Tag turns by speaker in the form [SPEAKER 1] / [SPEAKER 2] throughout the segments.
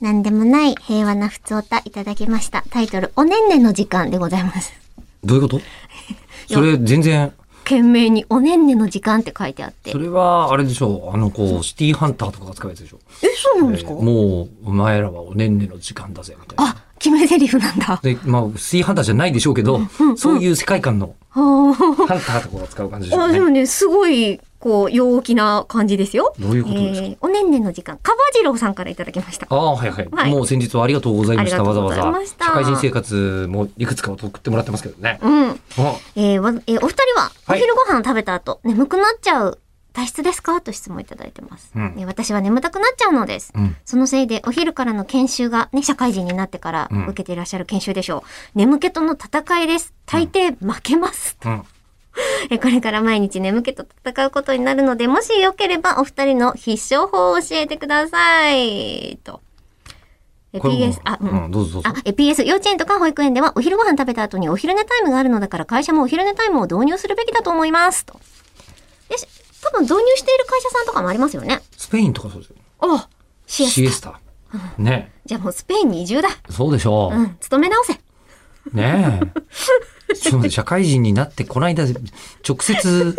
[SPEAKER 1] なんでもない平和な普通歌いただきました。タイトル、おねんねの時間でございます。
[SPEAKER 2] どういうことそれ全然、
[SPEAKER 1] 懸命におねんねの時間って書いてあって
[SPEAKER 2] そ。れはあれでしょう、あのこう、シティーハンターとかが使うやつでしょ。
[SPEAKER 1] え、そうなんですか、
[SPEAKER 2] えーもう、お前らはおねんねの時間だぜ、みたいな。
[SPEAKER 1] あ、決め台詞なん だ。
[SPEAKER 2] で、まあ、シティーハンターじゃないでしょうけど、そういう世界観の
[SPEAKER 1] あー
[SPEAKER 2] ハンターとかが使う感じでしょ
[SPEAKER 1] あ
[SPEAKER 2] う
[SPEAKER 1] でも
[SPEAKER 2] ね。
[SPEAKER 1] ね、すごい、こう、陽気な感じですよ。
[SPEAKER 2] どういうことですか
[SPEAKER 1] えーおねんねの時間。かばじろうさんからいただきました。
[SPEAKER 2] ああ、はいはい、
[SPEAKER 1] はい
[SPEAKER 2] もう先日はありがとうございました、
[SPEAKER 1] ありが
[SPEAKER 2] わざ
[SPEAKER 1] とう
[SPEAKER 2] わ
[SPEAKER 1] ござい
[SPEAKER 2] ざ
[SPEAKER 1] ま。した
[SPEAKER 2] 社会人生活もいくつかを送ってもらってますけどね。
[SPEAKER 1] うん。
[SPEAKER 2] あ
[SPEAKER 1] えーわえーお二人は、お
[SPEAKER 2] はい
[SPEAKER 1] 昼ご飯を食べた後、眠くなっちゃう体質ですかと質問いただいてます、
[SPEAKER 2] うん
[SPEAKER 1] えー私は眠たくなっちゃうのです。
[SPEAKER 2] うん
[SPEAKER 1] そのせいで、お昼からの研修が、ね、社会人になってから
[SPEAKER 2] うん
[SPEAKER 1] 受けていらっしゃる研修でしょう。眠気との戦いです。大抵負けます。
[SPEAKER 2] うん。
[SPEAKER 1] えーこれから毎日眠気と戦うことになるので、もしよければお二人の必勝法を教えてください。と。えー
[SPEAKER 2] これも
[SPEAKER 1] PS、あ、うん。
[SPEAKER 2] うん、どうぞどうぞ
[SPEAKER 1] あ。、え、PS、幼稚園とか保育園ではお昼ご飯食べた後にお昼寝タイムがあるのだから会社もお昼寝タイムを導入するべきだと思います。と。で、し多分導入している会社さんとかもありますよね。
[SPEAKER 2] スペインとかそうですよ。
[SPEAKER 1] あ、シエス
[SPEAKER 2] シエ
[SPEAKER 1] タ。
[SPEAKER 2] スタ。ね。
[SPEAKER 1] じゃあもうスペインに移住だ。
[SPEAKER 2] そうでしょう。
[SPEAKER 1] うん、勤め直せ。
[SPEAKER 2] ね え。ちょっと待って社会人になって、この間、直接、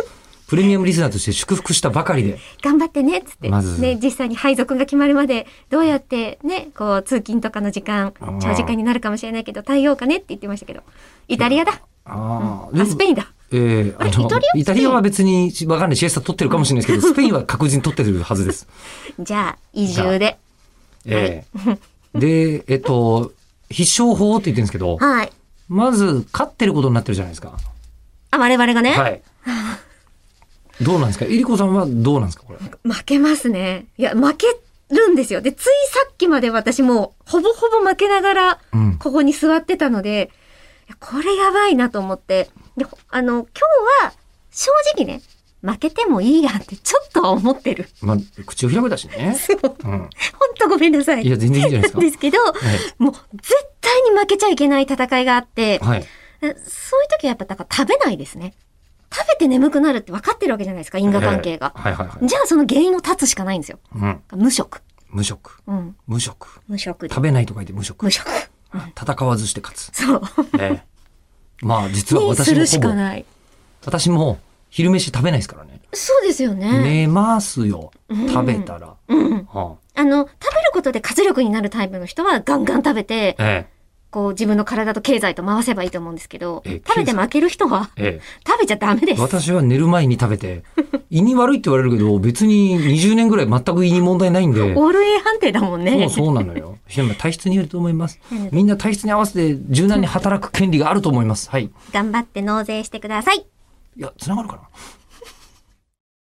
[SPEAKER 2] プレミアムリスナーとして祝福したばかりで。
[SPEAKER 1] 頑張ってね、つって。
[SPEAKER 2] まず
[SPEAKER 1] ね、実際に配属が決まるまで、どうやってね、こう、通勤とかの時間
[SPEAKER 2] うん、
[SPEAKER 1] 長時間になるかもしれないけど、対応かねって言ってましたけど。イタリアだ。
[SPEAKER 2] ああ、
[SPEAKER 1] あ、スペインだ。
[SPEAKER 2] ええあ
[SPEAKER 1] れ
[SPEAKER 2] の
[SPEAKER 1] イタリア
[SPEAKER 2] イタリアは別に、わかんない、シエスタ取ってるかもしれないですけど、スペインは確実に取ってるはずです。
[SPEAKER 1] じゃあ、移住で。
[SPEAKER 2] ええで、えっと、必勝法って言ってるんですけど、
[SPEAKER 1] はい。
[SPEAKER 2] まず、勝ってることになってるじゃないですか。
[SPEAKER 1] あ、我々がね。
[SPEAKER 2] はい。どうなんですかえりこさんはどうなんですかこれ。
[SPEAKER 1] 負けますね。いや、負けるんですよ。で、ついさっきまで私もう、ほぼほぼ負けながら
[SPEAKER 2] うん、
[SPEAKER 1] ここに座ってたので、いやこれやばいなと思って。で、ほあの、今日は、正直ね、負けてもいいやってちょっとは思ってる。
[SPEAKER 2] まあ、口を開くだしね。うん。
[SPEAKER 1] ほんとごめんなさい。
[SPEAKER 2] いや、全然いいじゃないですか。
[SPEAKER 1] ですけど、もう、絶対に負けちゃいけない戦いがあって、
[SPEAKER 2] はい。はい。
[SPEAKER 1] そういう時はやっぱ、だから食べないですね。食べて眠くなるって分かってるわけじゃないですか、因果関係が
[SPEAKER 2] え。えはいはいはい。
[SPEAKER 1] じゃあその原因を断つしかないんですよ。
[SPEAKER 2] うん。
[SPEAKER 1] 無食。
[SPEAKER 2] 無職。
[SPEAKER 1] うん。
[SPEAKER 2] 無職。
[SPEAKER 1] 無食で
[SPEAKER 2] 食。べないと書いて無職。
[SPEAKER 1] 無職。
[SPEAKER 2] 戦わずして勝つ。
[SPEAKER 1] そう。
[SPEAKER 2] ええ。まあ、実は
[SPEAKER 1] にす
[SPEAKER 2] 私
[SPEAKER 1] る
[SPEAKER 2] も
[SPEAKER 1] し
[SPEAKER 2] ほ
[SPEAKER 1] か
[SPEAKER 2] ぼ、
[SPEAKER 1] ない。
[SPEAKER 2] 私も昼飯食べないですからね。
[SPEAKER 1] そうですよね。
[SPEAKER 2] 寝ますよ。
[SPEAKER 1] ん
[SPEAKER 2] 食べたら。
[SPEAKER 1] うん。
[SPEAKER 2] は
[SPEAKER 1] あの、食べることで活力になるタイプの人はガンガン食べて、
[SPEAKER 2] あえ
[SPEAKER 1] こう自分の体と経済と回せばいいと思うんですけど、
[SPEAKER 2] え
[SPEAKER 1] 食べて負ける人は
[SPEAKER 2] え。え
[SPEAKER 1] 食べちゃダメで
[SPEAKER 2] え。
[SPEAKER 1] す。
[SPEAKER 2] 私は寝る前に食 べて、胃に悪いって言われるけど、別に20年ぐらい全く胃に問題ないんで。
[SPEAKER 1] オール A 判定だもん
[SPEAKER 2] そう
[SPEAKER 1] ね。
[SPEAKER 2] そうなのよ。でも体質によると思います
[SPEAKER 1] うん。
[SPEAKER 2] みんな体質に合わせて柔軟に働く権利があると思います。はい。
[SPEAKER 1] 頑張って納税してください。
[SPEAKER 2] いや、繋がるかな